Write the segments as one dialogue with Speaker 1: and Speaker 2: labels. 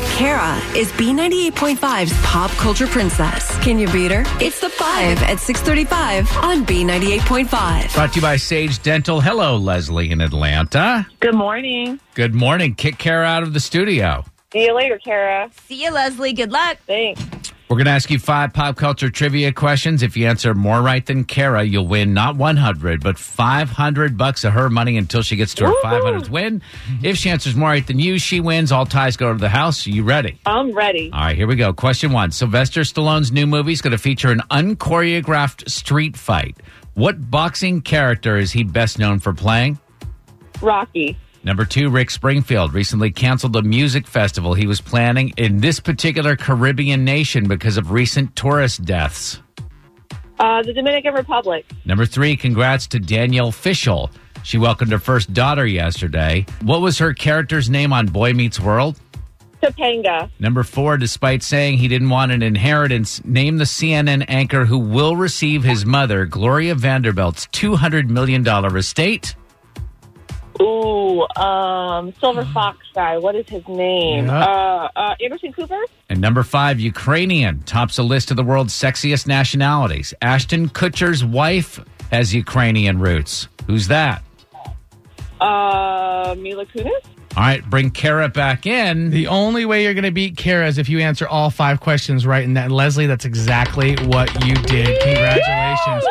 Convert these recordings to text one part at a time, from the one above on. Speaker 1: Kara is B98.5's pop culture princess. Can you beat her? It's the 5 at 635 on B98.5.
Speaker 2: Brought to you by Sage Dental. Hello, Leslie in Atlanta.
Speaker 3: Good morning.
Speaker 2: Good morning. Kick Kara out of the studio.
Speaker 3: See you later, Kara.
Speaker 4: See you, Leslie. Good luck.
Speaker 3: Thanks.
Speaker 2: We're going to ask you five pop culture trivia questions. If you answer more right than Kara, you'll win not 100, but 500 bucks of her money until she gets to her 500th win. If she answers more right than you, she wins. All ties go to the house. You ready?
Speaker 3: I'm ready.
Speaker 2: All right, here we go. Question one Sylvester Stallone's new movie is going to feature an unchoreographed street fight. What boxing character is he best known for playing?
Speaker 3: Rocky.
Speaker 2: Number two, Rick Springfield recently canceled a music festival he was planning in this particular Caribbean nation because of recent tourist deaths.
Speaker 3: Uh, the Dominican Republic.
Speaker 2: Number three, congrats to Danielle Fishel. She welcomed her first daughter yesterday. What was her character's name on Boy Meets World?
Speaker 3: Topanga.
Speaker 2: Number four, despite saying he didn't want an inheritance, name the CNN anchor who will receive his mother, Gloria Vanderbilt's $200 million estate.
Speaker 3: Ooh, um, Silver Fox guy. What is his name?
Speaker 2: Yeah.
Speaker 3: Uh, uh, Anderson Cooper.
Speaker 2: And number five, Ukrainian tops a list of the world's sexiest nationalities. Ashton Kutcher's wife has Ukrainian roots. Who's that?
Speaker 3: Uh, Mila Kunis.
Speaker 2: All right, bring Kara back in.
Speaker 5: The only way you're going to beat Kara is if you answer all five questions right. And that, Leslie, that's exactly what you did. Congratulations.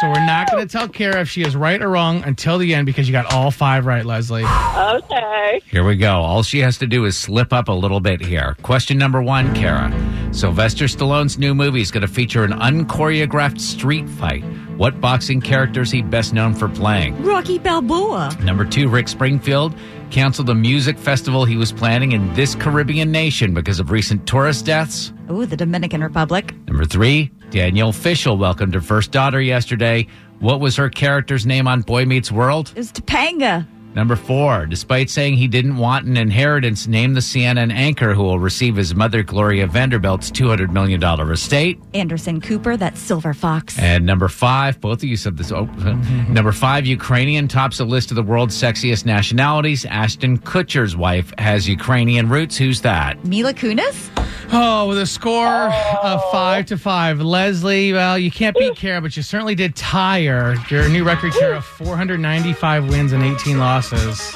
Speaker 5: So we're not going to tell Kara if she is right or wrong until the end because you got all five right, Leslie.
Speaker 3: Okay.
Speaker 2: Here we go. All she has to do is slip up a little bit here. Question number one, Kara. Sylvester Stallone's new movie is going to feature an unchoreographed street fight. What boxing character is he best known for playing?
Speaker 1: Rocky Balboa.
Speaker 2: Number two, Rick Springfield canceled a music festival he was planning in this Caribbean nation because of recent tourist deaths.
Speaker 4: Ooh, the Dominican Republic.
Speaker 2: Number three, Danielle Fishel welcomed her first daughter yesterday. What was her character's name on Boy Meets World?
Speaker 4: It was Topanga.
Speaker 2: Number four, despite saying he didn't want an inheritance, name the CNN anchor who will receive his mother, Gloria Vanderbilt's $200 million estate.
Speaker 4: Anderson Cooper, that Silver Fox.
Speaker 2: And number five, both of you said this. Oh, number five, Ukrainian tops the list of the world's sexiest nationalities. Ashton Kutcher's wife has Ukrainian roots. Who's that?
Speaker 4: Mila Kunis?
Speaker 5: Oh, with a score of five to five. Leslie, well, you can't beat Kara, but you certainly did tire. Your new record, Kara, 495 wins and 18 losses.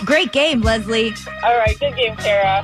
Speaker 4: Great game, Leslie.
Speaker 3: All right. Good game, Kara.